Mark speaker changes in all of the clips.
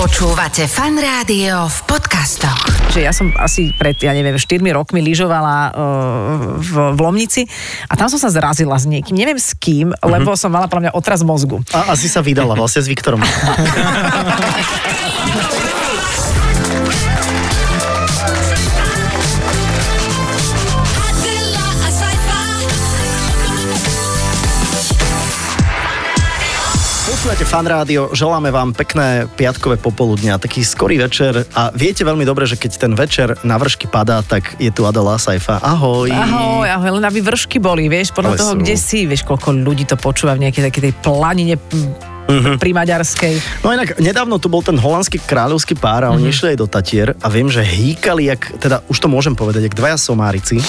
Speaker 1: Počúvate fan rádio v podcastoch.
Speaker 2: že ja som asi pred, ja neviem, 4 rokmi lyžovala uh, v, v Lomnici a tam som sa zrazila s niekým, neviem s kým, lebo som mala pre mňa otraz mozgu.
Speaker 3: A asi sa vydala vlastne s Viktorom.
Speaker 4: Adela, a sci-fi.
Speaker 3: Počúvate fan rádio, želáme vám pekné piatkové popoludne a taký skorý večer. A viete veľmi dobre, že keď ten večer na vršky padá, tak je tu Adela Saifa. Ahoj.
Speaker 2: Ahoj, ahoj, len aby vršky boli, vieš, podľa
Speaker 3: Ale
Speaker 2: toho,
Speaker 3: sú.
Speaker 2: kde si, vieš, koľko ľudí to počúva v nejakej takej tej planine uh-huh. pri Maďarskej.
Speaker 3: No inak, nedávno tu bol ten holandský kráľovský pár a
Speaker 2: Mhm.
Speaker 3: oni išli aj do Tatier a viem, že hýkali, jak, teda už to môžem povedať, jak dvaja somárici.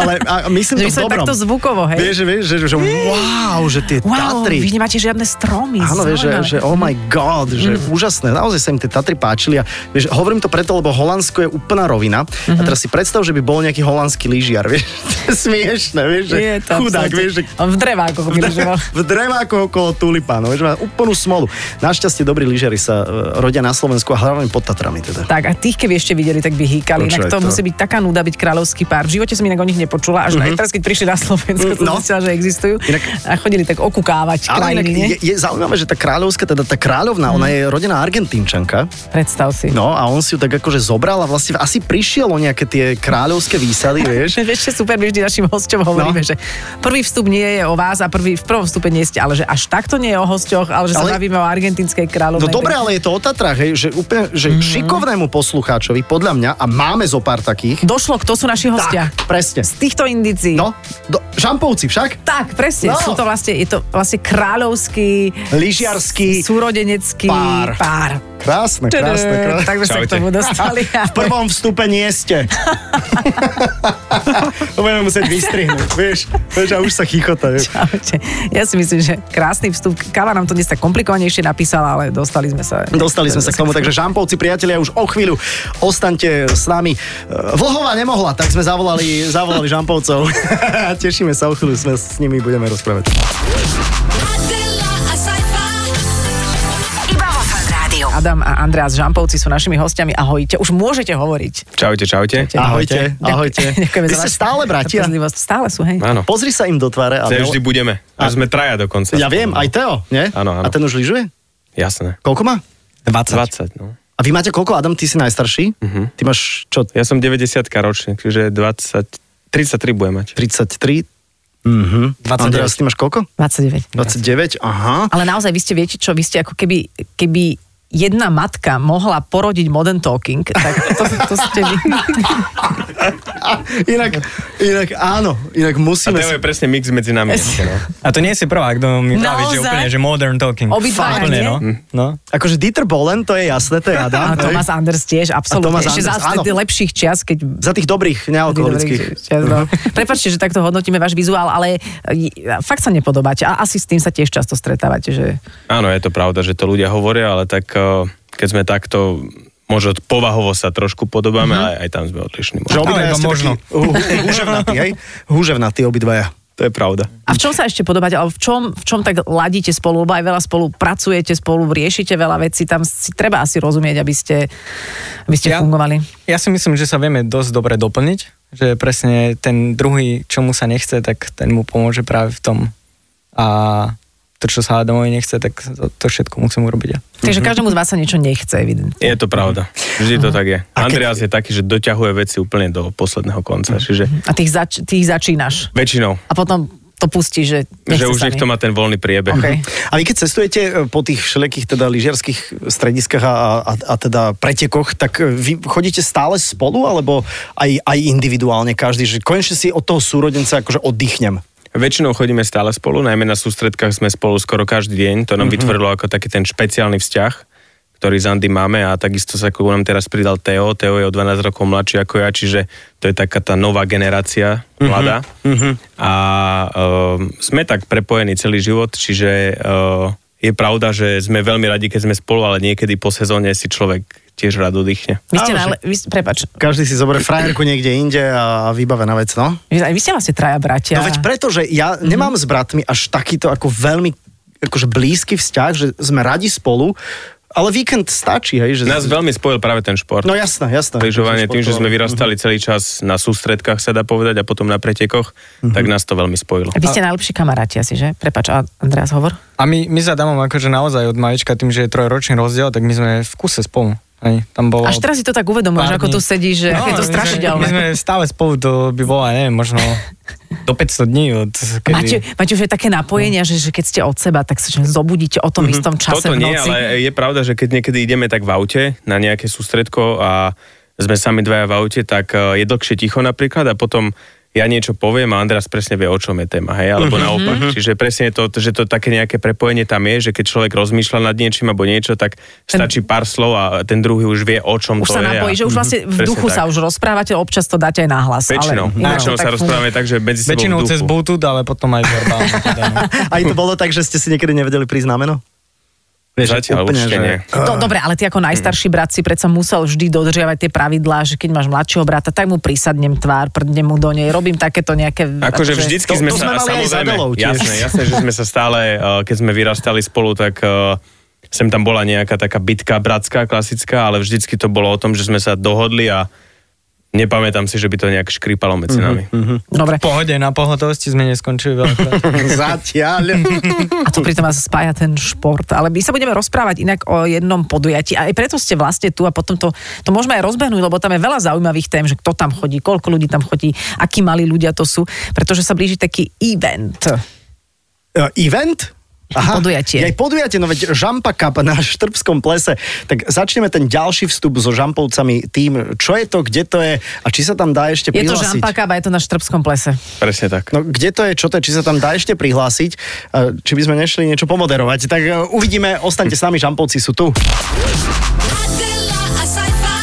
Speaker 3: Ale a
Speaker 2: Že
Speaker 3: myslím to
Speaker 2: by
Speaker 3: v
Speaker 2: som
Speaker 3: dobrom.
Speaker 2: takto zvukovo, hej.
Speaker 3: Vieš, že, vieš, že, že wow, že tie
Speaker 2: Wow,
Speaker 3: Tatry.
Speaker 2: vy nemáte žiadne stromy.
Speaker 3: Áno, vieš, že,
Speaker 2: zaujímavé.
Speaker 3: že oh my god, že
Speaker 2: Mhm.
Speaker 3: úžasné, naozaj sa im tie Tatry páčili a vieš, hovorím to preto, lebo Holandsko je úplná rovina
Speaker 2: Mhm.
Speaker 3: a teraz si predstav, že by bol nejaký holandský lyžiar, vieš, to je smiešné, vieš, že
Speaker 2: Je to
Speaker 3: chudák,
Speaker 2: absolútne-
Speaker 3: vieš, že
Speaker 2: On v dreváku
Speaker 3: v, dre-
Speaker 2: lyžoval.
Speaker 3: v drevákoch okolo tulipánov, vieš, má úplnú smolu. Našťastie dobrí lyžiari sa e, rodia na Slovensku a hlavne pod Tatrami teda.
Speaker 2: Tak a tých, keby ešte videli, tak by hýkali.
Speaker 3: Počúvaj
Speaker 2: Inak to,
Speaker 3: to. Mhm.
Speaker 2: musí byť taká nuda byť kráľovský pár. V živote som inak o nich nepočula, až uh-huh. aj teraz, keď prišli na Slovensko, som no.
Speaker 3: No.
Speaker 2: zistila, že existujú. Inak...
Speaker 3: Inak-
Speaker 2: A chodili tak okukávať
Speaker 3: Ale inak
Speaker 2: krajiny, nie? Mhm.
Speaker 3: je, je zaujímavé, že tá kráľovská, teda tá kráľovná, ona je rodená Argentínčanka.
Speaker 2: Predstav si.
Speaker 3: No a on si ju tak akože zobral a vlastne asi prišiel o nejaké tie kráľovské výsady,
Speaker 2: Že
Speaker 3: vieš.
Speaker 2: Ešte super, my vždy našim hosťom hovoríme, no.
Speaker 3: No.
Speaker 2: že prvý vstup nie je o vás a prvý, v prvom vstupe nie ste, ale že až takto nie je o hosťoch, ale že ale... sa
Speaker 3: Ale-
Speaker 2: bavíme o argentínskej kráľovnej.
Speaker 3: No dobre, ale je to o Tatrách, hej, že,
Speaker 2: Mhm.
Speaker 3: úplne, že mm-hmm. šikovnému poslucháčovi, podľa mňa, a máme zo pár takých,
Speaker 2: Došlo, kto sú naši hostia.
Speaker 3: tak, presne.
Speaker 2: Z týchto indícií.
Speaker 3: No, do, žampovci však?
Speaker 2: Tak, presne. No.
Speaker 3: No.
Speaker 2: Sú to vlastne, je to vlastne kráľovský,
Speaker 3: Lyžiarsky
Speaker 2: súrodenecký
Speaker 3: pár.
Speaker 2: pár.
Speaker 3: Krásne, krásne, krásne.
Speaker 2: Tak sme sa k
Speaker 5: Čaute.
Speaker 2: tomu dostali.
Speaker 3: V prvom vstupe nie ste. to budeme musieť vystrihnúť, vieš. Vieš, a už sa chichota. vieš.
Speaker 2: Čaute. Ja si myslím, že krásny vstup. Káva nám to dnes tak komplikovanejšie napísala, ale dostali sme sa.
Speaker 3: Dostali sme sa k tomu, takže žampovci, priatelia, už o chvíľu ostaňte s nami. E, Vlhová nemohla, tak sme zavolali, zavolali žampovcov. Tešíme sa, o chvíľu sme s nimi budeme rozprávať.
Speaker 4: Adela, a sci-fi.
Speaker 1: Iba vo fan rádiu.
Speaker 2: Adam a Andreas Žampovci sú našimi hostiami. Ahojte, už môžete hovoriť.
Speaker 5: Čaute, čaute.
Speaker 3: Ahojte, ahojte.
Speaker 2: Ďakujeme
Speaker 3: Vy
Speaker 2: za
Speaker 3: ste
Speaker 2: vašu
Speaker 3: stále bratia?
Speaker 2: trpezlivosť. Stále sú, hej.
Speaker 5: Áno.
Speaker 3: Pozri sa im do tváre. A
Speaker 5: Vždy budeme. Až sme traja dokonca.
Speaker 3: Ja viem, aj Teo, nie?
Speaker 5: Áno, áno.
Speaker 3: A ten už lyžuje?
Speaker 5: Jasné.
Speaker 3: Koľko má?
Speaker 5: 20. 20, no.
Speaker 3: A vy máte koľko? Adam, ty si najstarší?
Speaker 5: Mhm.
Speaker 3: Uh-huh. Ty máš čo?
Speaker 5: Ja som 90 ročník, čiže 20, 33 budem mať.
Speaker 3: 33? Mhm.
Speaker 6: 29.
Speaker 3: Andreas, ty máš koľko?
Speaker 2: 29.
Speaker 3: 29, aha.
Speaker 2: Ale naozaj, vy ste viete čo, vy ste ako keby, keby jedna matka mohla porodiť Modern Talking, tak to, to ste vy.
Speaker 3: A, inak, inak áno, inak
Speaker 5: A
Speaker 3: musíme...
Speaker 5: Teo je presne mix medzi nami. no.
Speaker 6: A to nie si prvá, kto mi praví, že
Speaker 2: Naozaj?
Speaker 6: úplne, že modern talking.
Speaker 2: Obidvaja,
Speaker 6: úplne,
Speaker 2: nie?
Speaker 6: no. no.
Speaker 3: Akože Dieter Bolen, to je jasné, to je
Speaker 2: A
Speaker 3: Adam.
Speaker 2: Thomas
Speaker 3: hej?
Speaker 2: Anders tiež, absolútne.
Speaker 3: Thomas
Speaker 2: Ešte za
Speaker 3: Anders, áno.
Speaker 2: tých lepších čias, keď
Speaker 3: Za tých dobrých, Mhm. nealkoholických.
Speaker 2: Čas, no. Prepačte, že takto hodnotíme váš vizuál, ale e, fakt sa nepodobáte a asi s tým sa tiež často stretávate, že
Speaker 5: Áno, je to pravda, že to ľudia hovoria, ale tak eh, keď sme takto možno povahovo sa trošku podobáme, ale aj tam sme odlišní.
Speaker 3: Že
Speaker 5: možno.
Speaker 3: obidvaja
Speaker 6: iba
Speaker 3: ste
Speaker 6: možno.
Speaker 3: takí hu- hu- húževnatí, hej? Húževnatí obidvaja.
Speaker 5: To je pravda.
Speaker 2: a v čom sa ešte podobáte, alebo v čom, v čom tak ladíte spolu, lebo aj veľa spolu pracujete spolu, riešite veľa vecí, tam si treba asi rozumieť, aby ste, aby ste
Speaker 6: Ja-
Speaker 2: fungovali.
Speaker 6: Ja si myslím, že sa vieme dosť dobre doplniť, že presne ten druhý, čomu sa nechce, tak ten mu pomôže práve v tom. A to, čo sa Adamovi nechce, tak to to všetko musím urobiť ja.
Speaker 2: Takže každému z vás sa niečo nechce, evidentne.
Speaker 5: Je to pravda. Vždy to tak je.
Speaker 3: keď-
Speaker 5: Andreas je taký, že doťahuje veci úplne do posledného konca. Čiže
Speaker 2: A tých, zač- tých začínaš
Speaker 5: väčšinou,
Speaker 2: a potom to pustíš, že nechce
Speaker 5: že už
Speaker 2: sa mi.
Speaker 5: nech to má ten voľný priebeh.
Speaker 2: OK.
Speaker 3: A vy keď cestujete e, po tých všelijakých teda lyžiarských strediskách a, a, a teda pretekoch, tak e, vy chodíte stále spolu, alebo aj, aj individuálne každý, že konečne si od toho súrodenca akože oddychnem.
Speaker 5: Väčšinou chodíme stále spolu, najmä na sústredkách sme spolu skoro každý
Speaker 3: Mhm.
Speaker 5: deň. To nám mm-hmm. vytvorilo ako taký ten špeciálny vzťah, ktorý s Andy máme a takisto sa ku nám teraz pridal Teo. Teo je o 12 rokov mladší ako ja, čiže to je taká tá nová generácia
Speaker 3: Mhm.
Speaker 5: mladá. Mm-hmm. A uh, sme tak prepojení celý život, čiže uh, je pravda, že sme veľmi radi, keď sme spolu, ale niekedy po sezóne si človek tiež rád oddychne.
Speaker 2: Vy ste,
Speaker 3: Áno,
Speaker 2: najle- vy, prepač,
Speaker 3: Každý si zoberie frajerku niekde inde a vybavená vec, no?
Speaker 2: vy, vy ste vlastne traja bratia.
Speaker 3: No veď preto, že ja nemám s bratmi až takýto ako veľmi akože blízky vzťah, že sme radi spolu, Ale víkend stačí, hej? Že...
Speaker 5: Nás veľmi spojil práve ten šport.
Speaker 3: No jasné, jasné.
Speaker 5: Lyžovanie tým, že sme
Speaker 3: Športovali.
Speaker 5: vyrastali celý čas na sústredkách, sa dá povedať, a potom na pretekoch,
Speaker 6: Mhm.
Speaker 5: tak nás to veľmi spojilo.
Speaker 2: A vy ste najlepší kamaráti asi, že? Prepač, a- Andreas, hovor.
Speaker 6: A my, my za Damom akože naozaj od malička, tým, že je trojročný rozdiel, tak my sme v kuse spolu. Hej, tam bolo
Speaker 2: Až teraz si to tak uvedomuješ,
Speaker 6: pár
Speaker 2: ako
Speaker 6: dní. No,
Speaker 2: tu sedíš,
Speaker 5: No,
Speaker 2: že aké je to
Speaker 6: my sme-
Speaker 2: strašidelné.
Speaker 6: My sme stále spolu, to by bolo, ja neviem, možno do 500 dní. Od kedy...
Speaker 2: Máte, máte už aj také napojenia, že, že keď ste od seba, tak sa že zobudíte o tom istom čase
Speaker 5: Mhm.
Speaker 2: v
Speaker 5: Toto nie,
Speaker 2: noci.
Speaker 5: ale je pravda, že keď niekedy ideme tak v aute na nejaké sústredko a sme sami dvaja v aute, tak e, je dlhšie ticho napríklad a potom ja niečo poviem a András presne vie, o čom je téma, hej, alebo
Speaker 6: Mhm.
Speaker 5: naopak.
Speaker 2: Mhm.
Speaker 5: Čiže presne to, že to také nejaké prepojenie tam je, že keď človek rozmýšľa nad niečím alebo niečo, tak stačí pár slov a ten druhý už vie, o
Speaker 2: Už
Speaker 5: čom
Speaker 2: sa
Speaker 5: to je.
Speaker 2: napojí,
Speaker 5: a... Mhm.
Speaker 2: že už vlastne v
Speaker 5: Presne
Speaker 2: duchu
Speaker 5: tak.
Speaker 2: sa už rozprávate, občas to dáte aj na hlas.
Speaker 5: Väčšinou,
Speaker 2: ale ináč to
Speaker 5: väčšinou sa
Speaker 2: tak funguje.
Speaker 5: rozprávame tak, že medzi sebou
Speaker 6: Väčšinou
Speaker 5: v duchu.
Speaker 6: cez Bluetooth, ale potom aj verbálne. Teda. no.
Speaker 3: Aj to bolo tak, že ste si niekedy nevedeli prísť na meno? Vieš,
Speaker 5: Zatiaľ
Speaker 3: úplne,
Speaker 5: určite
Speaker 3: že-
Speaker 5: nie.
Speaker 2: No, dobre, ale ty ako najstarší brat si predsa musel vždy dodržiavať tie pravidlá, že keď máš mladšieho brata, tak mu prisadnem tvár, prdnem mu do nej, robím takéto nejaké...
Speaker 5: Akože
Speaker 3: Mm,
Speaker 5: vždycky
Speaker 3: to-
Speaker 5: sme
Speaker 3: to sme
Speaker 5: sa,
Speaker 3: mali aj s
Speaker 5: samozrejme,
Speaker 3: Adelou tiež.
Speaker 5: jasné, jasné, že sme sa stále, eh, keď sme vyrastali spolu, tak eh, sem tam bola nejaká taká bitka bratská, klasická, ale vždycky to bolo o tom, že sme sa dohodli a nepamätám si, že by to nejak škrípalo
Speaker 3: Mhm,
Speaker 5: medzi nami.
Speaker 2: Dobre,
Speaker 6: V pohode, na pohotovosti sme neskončili veľakrát.
Speaker 3: Zatiaľ.
Speaker 2: a to pritom vás spája ten šport. Ale my sa budeme rozprávať inak o jednom podujatí. A aj preto ste vlastne tu a potom to, to môžeme aj rozbehnúť, lebo tam je veľa zaujímavých tém, že kto tam chodí, koľko ľudí tam chodí, akí malí ľudia to sú, pretože sa blíži taký event.
Speaker 3: E, event?
Speaker 2: Podujatie.
Speaker 3: Aj podujatie, no veď Žampa Cup na Štrbskom plese. Tak začneme ten ďalší vstup so Žampovcami tým, čo je to, kde to je a či sa tam dá ešte
Speaker 2: Je to
Speaker 3: prihlásiť.
Speaker 2: Žampa Kába, je to na Štrbskom plese.
Speaker 5: Presne tak.
Speaker 3: No kde to je, čo to je, či sa tam dá ešte prihlásiť, E, či by sme nešli niečo pomoderovať. Tak e, uvidíme, ostaňte s nami, Žampovci sú tu.
Speaker 4: Adela, a sci-fi.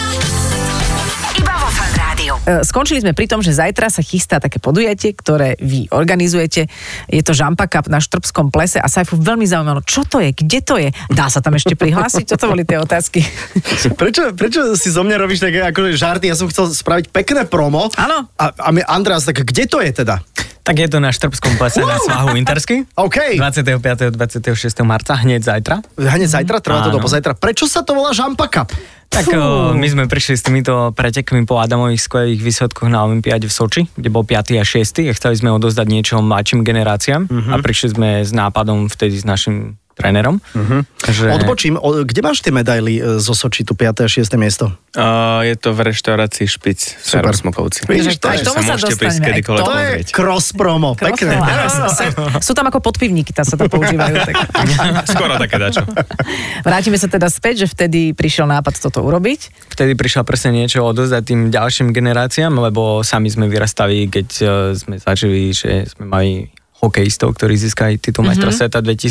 Speaker 1: Iba vo Fan Rádiu.
Speaker 2: E, Skončili sme pri tom, že zajtra sa chystá také podujatie, ktoré vy organizujete. Je to Žampa Cup na Štrbskom plese a Saifu veľmi zaujímalo, čo to je, kde to je. Dá sa tam ešte prihlásiť? Čo to boli tie otázky?
Speaker 3: Prečo, prečo si zo mňa robíš také akože žarty? Ja som chcel spraviť pekné promo.
Speaker 2: Áno.
Speaker 3: A, a mi András, tak kde to je teda?
Speaker 6: tak je to na Štrbskom plese na svahu Intersky.
Speaker 3: OK.
Speaker 6: 25. 26. marca, hneď zajtra.
Speaker 3: Hneď zajtra, trvá to do
Speaker 6: Áno.
Speaker 3: pozajtra. Prečo sa to volá Žampa Cup?
Speaker 6: Tak o, my sme prišli s týmito pretekmi po Adamových skvelých výsledkoch na Olympiáde v Soči, kde bol 5. a 6. a chceli sme odozdať niečo mladším generáciám a
Speaker 5: Mhm.
Speaker 6: prišli sme s nápadom vtedy s našim trénerom.
Speaker 5: Mhm.
Speaker 6: Že...
Speaker 3: Odbočím, o, kde máš tie medaily e, zo Soči, tu 5. a 6. miesto?
Speaker 5: Uh, je to v reštaurácii Špic v
Speaker 3: Super.
Speaker 5: Starom Smokovci.
Speaker 3: Vidíš, to je-
Speaker 5: Takže
Speaker 2: tomu sa
Speaker 5: môžete prísť
Speaker 2: dostaneme, aj
Speaker 5: kedykoľvek
Speaker 2: to-
Speaker 3: To je
Speaker 5: pozrieť.
Speaker 3: cross promo, pekné.
Speaker 2: Krosno, áno, áno. Sú tam ako podpivníky, tam sa to používajú. Tak.
Speaker 5: Skoro také dačo.
Speaker 2: Vrátime sa teda späť, že vtedy prišiel nápad toto urobiť.
Speaker 6: vtedy prišla presne niečo odozdať tým ďalším generáciám, lebo sami sme vyrastali, keď eh, sme zažili, že sme mali hokejistov, ktorí získali titul mm-hmm. majstra sveta 2002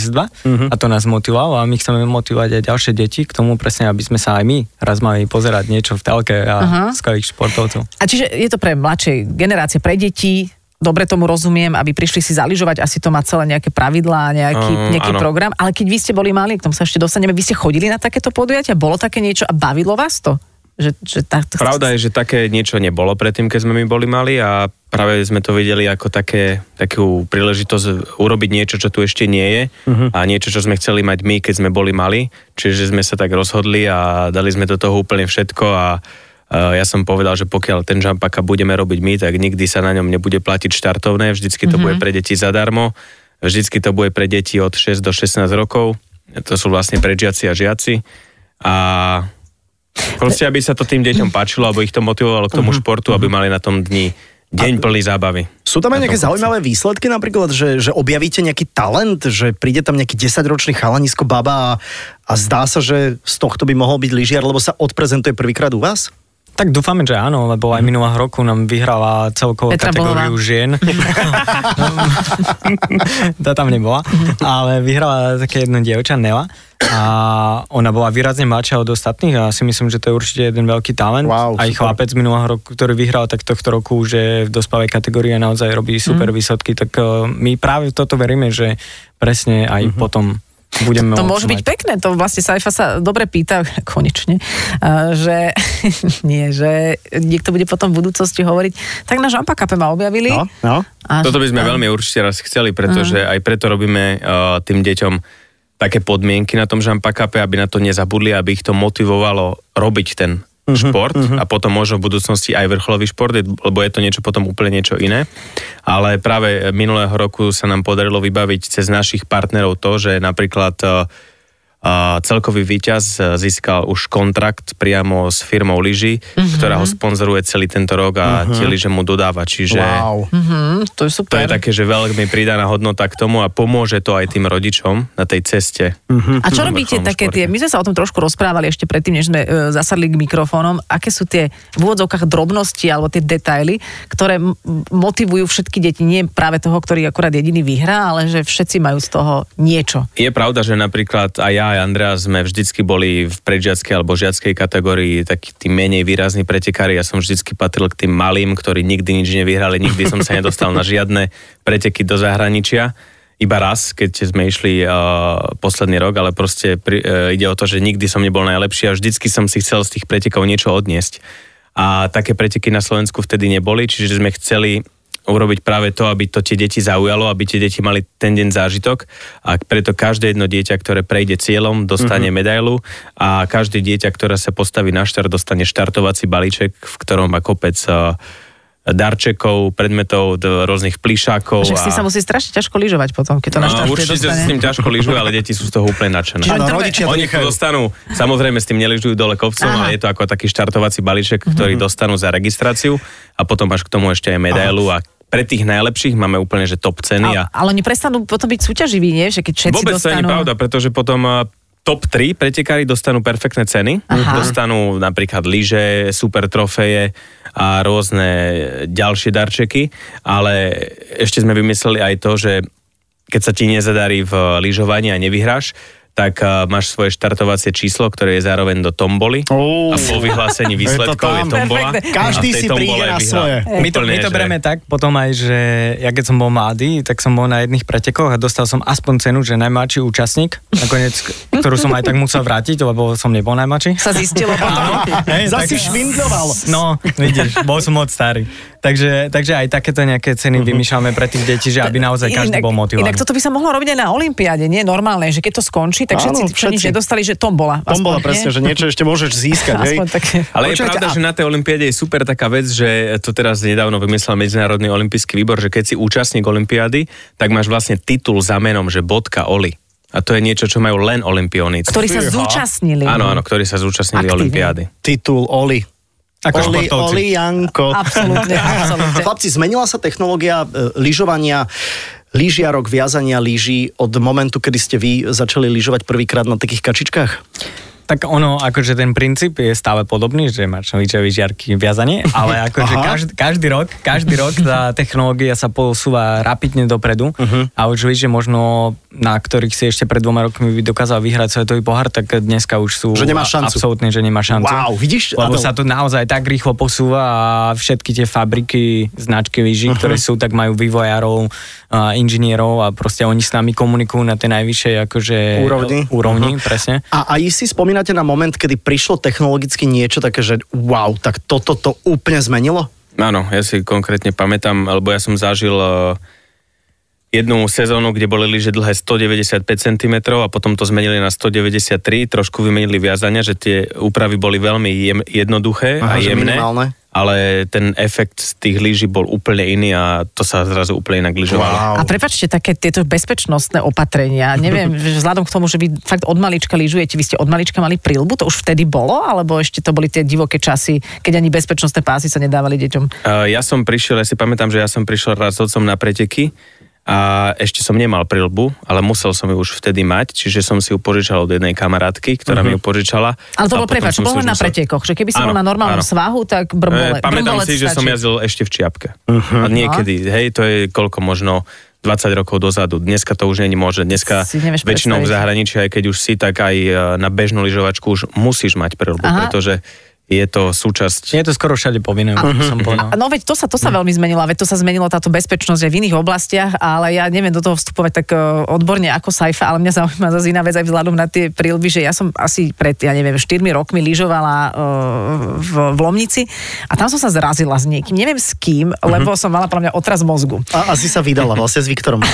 Speaker 6: mm-hmm. a to nás motivovalo a my chceme motivovať aj ďalšie deti k tomu presne, aby sme sa aj my raz mali pozerať niečo v telke a uh-huh. skvelých športovcov.
Speaker 2: A čiže je to pre mladšie generácie, pre deti, dobre tomu rozumiem, aby prišli si zaližovať, asi to má celé nejaké pravidlá, nejaký,
Speaker 5: Mm,
Speaker 2: nejaký
Speaker 5: áno.
Speaker 2: program. Ale keď vy ste boli mali, k tomu sa ešte dostaneme, vy ste chodili na takéto podujatia, bolo také niečo a bavilo vás to? Že, že tá,
Speaker 5: Pravda je, že také niečo nebolo predtým, keď sme my boli mali a práve sme to videli ako také, takú príležitosť urobiť niečo, čo tu ešte nie je uh-huh. a niečo, čo sme chceli mať my, keď sme boli mali. Čiže sme sa tak rozhodli a dali sme do toho úplne všetko a e, ja som povedal, že pokiaľ ten žampaka budeme robiť my, tak nikdy sa na ňom nebude platiť štartovné, vždycky to bude pre deti zadarmo, vždycky to bude pre deti od 6 do 16 rokov, to sú vlastne prežiaci a žiaci a Proste, aby sa to tým deťom páčilo, alebo ich to motivovalo k tomu športu, aby mali na tom dni deň plný zábavy.
Speaker 3: Sú tam aj nejaké zaujímavé výsledky napríklad, že, že objavíte nejaký talent, že príde tam nejaký 10-ročný chalanisko baba a, a zdá sa, že z tohto by mohol byť lyžiar, lebo sa odprezentuje prvýkrát u vás?
Speaker 6: Tak dúfame, že áno, lebo
Speaker 3: Mhm.
Speaker 6: aj minulého roku nám vyhrala celkovú
Speaker 2: Petra
Speaker 6: kategóriu
Speaker 2: Bohová.
Speaker 6: žien. tá tam nebola, ale vyhrala také jedno dievča, Nela. A ona bola výrazne mladšia od ostatných a ja si myslím, že to je určite jeden veľký talent.
Speaker 3: Wow,
Speaker 6: aj
Speaker 3: super.
Speaker 6: chlapec minulého roku, ktorý vyhral, tak tohto roku už je v dospelej kategórii a naozaj
Speaker 2: Mhm.
Speaker 6: robí super výsledky. Tak eh, my práve v toto veríme, že presne aj
Speaker 3: Mhm.
Speaker 6: potom budeme
Speaker 2: To
Speaker 5: No,
Speaker 2: môže byť
Speaker 6: mať-
Speaker 2: pekné, to vlastne Saifa sa dobre pýta, konečne, a že nie, že niekto bude potom v budúcnosti hovoriť, tak na žampakape ma objavili.
Speaker 3: No, no.
Speaker 2: A
Speaker 5: Toto by sme veľmi určite raz chceli, pretože aj preto robíme uh, eh, tým deťom také podmienky na tom žampakape, aby na to nezabudli, aby ich to motivovalo robiť ten šport a potom možno v budúcnosti aj vrcholový šport, lebo je to niečo potom úplne niečo iné. Ale práve eh, minulého roku sa nám podarilo vybaviť cez našich partnerov to, že napríklad eh, a celkový víťaz eh, získal už kontrakt priamo s firmou lyži, ktorá ho sponzoruje celý tento rok a tie lyže mu dodáva. Čiže
Speaker 3: Wow.
Speaker 2: Hm, to je
Speaker 5: to je
Speaker 2: super.
Speaker 5: také, že veľmi pridaná hodnota k tomu a pomôže to aj tým rodičom na tej ceste.
Speaker 2: A čo
Speaker 5: v
Speaker 2: robíte
Speaker 5: vrcholnom
Speaker 2: také
Speaker 5: športe.
Speaker 2: tie, my sme sa o tom trošku rozprávali ešte predtým, než sme e, zasadli k mikrofónom, aké sú tie v úvodzovkách drobnosti alebo tie detaily, ktoré m- motivujú všetky deti, nie práve toho, ktorý akurát jediný vyhrá, ale že všetci majú z toho niečo.
Speaker 5: Je pravda, že napríklad aj ja, aj Andrea sme vždycky boli v predžiackej alebo žiackej kategórii takí tí menej výrazní pretekári. Ja som vždycky patril k tým malým, ktorí nikdy nič nevyhrali, nikdy som sa nedostal na žiadne preteky do zahraničia. Iba raz, keď sme išli uh, posledný rok, ale proste pri, uh, ide o to, že nikdy som nebol najlepší a vždycky som si chcel z tých pretekov niečo odniesť. A také preteky na Slovensku vtedy neboli, čiže sme chceli urobiť práve to, aby to tie deti zaujalo, aby tie deti mali ten deň zážitok a preto každé jedno dieťa, ktoré prejde cieľom, dostane mm-hmm. medailu a každé dieťa, ktoré sa postaví na štart, dostane štartovací balíček, v ktorom má kopec eh, darčekov, predmetov, d- rôznych plišákov.
Speaker 2: Že si sa musí strašne ťažko lyžovať potom, keď to na
Speaker 5: No,
Speaker 2: štarte
Speaker 5: určite sa s
Speaker 2: dostane.
Speaker 5: tým ťažko lyžuje, ale deti sú z toho úplne nadšené.
Speaker 3: Áno,
Speaker 2: Oni to-
Speaker 3: rodičia to
Speaker 5: Oni to
Speaker 3: nechajú.
Speaker 5: dostanú, samozrejme s tým neližujú dole kopcom,
Speaker 2: Aha. Mhm.
Speaker 5: ale je to ako taký štartovací balíček, ktorý dostanú za registráciu a potom až k tomu ešte aj medailu a pre tých najlepších máme úplne, že top ceny
Speaker 2: A,
Speaker 5: a
Speaker 2: ale oni prestanú potom byť súťaživí, nie? Že keď všetci
Speaker 5: vôbec to
Speaker 2: dostanú...
Speaker 5: nie je pravda, pretože potom eh, top 3 pretekári dostanú perfektné ceny,
Speaker 2: Aha.
Speaker 5: dostanú napríklad lyže, super trofeje a rôzne eh, ďalšie darčeky, ale ešte sme vymysleli aj to, že keď sa ti nezadarí v eh, lyžovaní a nevyhráš, tak eh, máš svoje štartovacie číslo, ktoré je zároveň do tomboly
Speaker 3: Ó.
Speaker 5: a po vyhlásení
Speaker 3: Je to
Speaker 5: výsledkov je,
Speaker 3: tam.
Speaker 5: tombola.
Speaker 2: Perfektné.
Speaker 5: a v
Speaker 3: Každý
Speaker 5: tej
Speaker 3: si príde
Speaker 5: tombole
Speaker 3: na
Speaker 5: vyhrá.
Speaker 3: svoje.
Speaker 6: My to,
Speaker 5: E, Úplne,
Speaker 6: my to
Speaker 5: že-
Speaker 6: bereme tak, potom aj, že ja keď som bol mladý, tak som bol na jedných pretekoch a dostal som aspoň cenu, že najmladší účastník, nakoniec, ktorú som aj tak musel vrátiť, lebo som nebol najmladší.
Speaker 2: Sa zistilo potom.
Speaker 6: Hej,
Speaker 3: Zas si švindloval.
Speaker 6: No, vidíš, bol som moc starý. Takže, takže aj takéto nejaké ceny vymýšľame pre tých detí, že aby naozaj každý bol motivovaný.
Speaker 2: Inak toto by sa mohlo robiť aj na Olympiáde, nie? Normálne, že keď to skončí, tak
Speaker 3: Áno,
Speaker 2: všetci, Áno, všetci. nič
Speaker 3: všetci.
Speaker 2: nedostali, že tombola. aspoň,
Speaker 3: Tombola presne,
Speaker 2: nie?
Speaker 3: že niečo ešte môžeš získať. hej?
Speaker 2: Aspoň také.
Speaker 5: Ale je
Speaker 3: Počujete,
Speaker 5: pravda,
Speaker 3: a-
Speaker 5: že na tej olympiáde je super taká vec, že to teraz nedávno vymyslel Medzinárodný olympijský výbor, že keď si účastník olympiády, tak máš vlastne titul za menom, že bodka Oli. A to je niečo, čo majú len olimpionici.
Speaker 2: Ktorí sa
Speaker 3: Fíha.
Speaker 2: zúčastnili.
Speaker 5: Áno, áno, ktorí sa zúčastnili
Speaker 2: Aktívne.
Speaker 5: olympiády.
Speaker 3: Titul Oli.
Speaker 6: Ako
Speaker 3: Oli,
Speaker 6: športovci.
Speaker 3: Oli Janko.
Speaker 2: Absolútne, absolútne.
Speaker 3: Chlapci, zmenila sa technológia e, lyžovania, lyžiarok, viazania lyží od momentu, kedy ste vy začali lyžovať prvýkrát na takých kačičkách?
Speaker 6: Tak ono, akože ten princíp je stále podobný, že máš lyže, lyžiarky, viazanie, ale akože
Speaker 3: Aha.
Speaker 6: každý, každý rok, každý rok tá technológia sa posúva rapidne dopredu
Speaker 3: Mhm.
Speaker 6: uh-huh. a už lyže možno, na ktorých si ešte pred dvoma rokmi by dokázal vyhrať svetový pohár, tak dneska už sú
Speaker 3: Že nemá šancu.
Speaker 6: absolútne, že nemá šancu.
Speaker 3: Wow, vidíš,
Speaker 6: Lebo
Speaker 3: Adel?
Speaker 6: sa to naozaj tak rýchlo posúva a všetky tie fabriky, značky lyží,
Speaker 3: Mhm.
Speaker 6: uh-huh. ktoré sú, tak majú vývojárov, a inžinierov a proste oni s nami komunikujú na tej najvyššej akože
Speaker 3: Úrovni. Mhm.
Speaker 6: úrovni presne.
Speaker 3: A aj si spomínate na moment, kedy prišlo technologicky niečo také, že wow, tak toto to úplne zmenilo?
Speaker 5: Áno, ja si konkrétne pamätám, lebo ja som zažil eh, jednu sezónu, kde boli lyže dlhé 195 cm a potom to zmenili na 193, trošku vymenili viazania, že tie úpravy boli veľmi jem, jednoduché
Speaker 3: Aha,
Speaker 5: a
Speaker 3: že
Speaker 5: jemné.
Speaker 3: minimálne.
Speaker 5: Ale ten efekt z tých lyží bol úplne iný a to sa zrazu úplne inak lyžovalo.
Speaker 2: A prepačte, také tieto bezpečnostné opatrenia, neviem, že vzhľadom k tomu, že vy fakt od malička lyžujete, vy ste od malička mali prílbu, to už vtedy bolo, alebo ešte to boli tie divoké časy, keď ani bezpečnostné pásy sa nedávali deťom?
Speaker 5: Uh, ja som prišiel, ja si pamätám, že ja som prišiel raz s otcom na preteky a ešte som nemal prilbu, ale musel som ju už vtedy mať, čiže som si ju požičal od jednej kamarátky, ktorá uh-huh. mi ju požičala.
Speaker 2: Mhm. Ale to
Speaker 5: A
Speaker 2: bolo,
Speaker 5: potom
Speaker 2: prepáč,
Speaker 5: som si
Speaker 2: bolo
Speaker 5: už
Speaker 2: len na
Speaker 5: musel-
Speaker 2: pretekoch, že keby si
Speaker 5: Áno,
Speaker 2: bol na normálnom
Speaker 5: áno.
Speaker 2: svahu, tak
Speaker 5: E,
Speaker 2: brbole,
Speaker 5: Pamätám
Speaker 2: brbolec
Speaker 5: si, že som
Speaker 2: stačí.
Speaker 5: jazdil ešte v čiapke.
Speaker 2: Mhm. No.
Speaker 5: Uh-huh. A niekedy, hej, to je koľko možno 20 rokov dozadu. Dneska to už není možné. Dneska
Speaker 2: Si nevieš
Speaker 5: väčšinou
Speaker 2: predstaviť.
Speaker 5: v eh, zahraničí, aj keď už si, tak aj e, na bežnú lyžovačku už musíš mať prilbu,
Speaker 2: Aha.
Speaker 5: pretože je to súčasť.
Speaker 6: Je to skoro všade povinné, ako som povedal.
Speaker 2: No veď to sa, to sa
Speaker 5: Mhm.
Speaker 2: veľmi zmenilo, a veď to sa zmenilo táto bezpečnosť aj v iných oblastiach, ale ja neviem do toho vstupovať tak e, odborne ako Saifa, ale mňa zaujíma zase iná vec aj vzhľadom na tie prílby, že ja som asi pred, ja neviem, 4 rokmi lyžovala e, v, v Lomnici a tam som sa zrazila s niekým, neviem s kým,
Speaker 5: Mhm.
Speaker 2: lebo som mala pre mňa otraz mozgu.
Speaker 3: A asi sa vydala vlastne s Viktorom.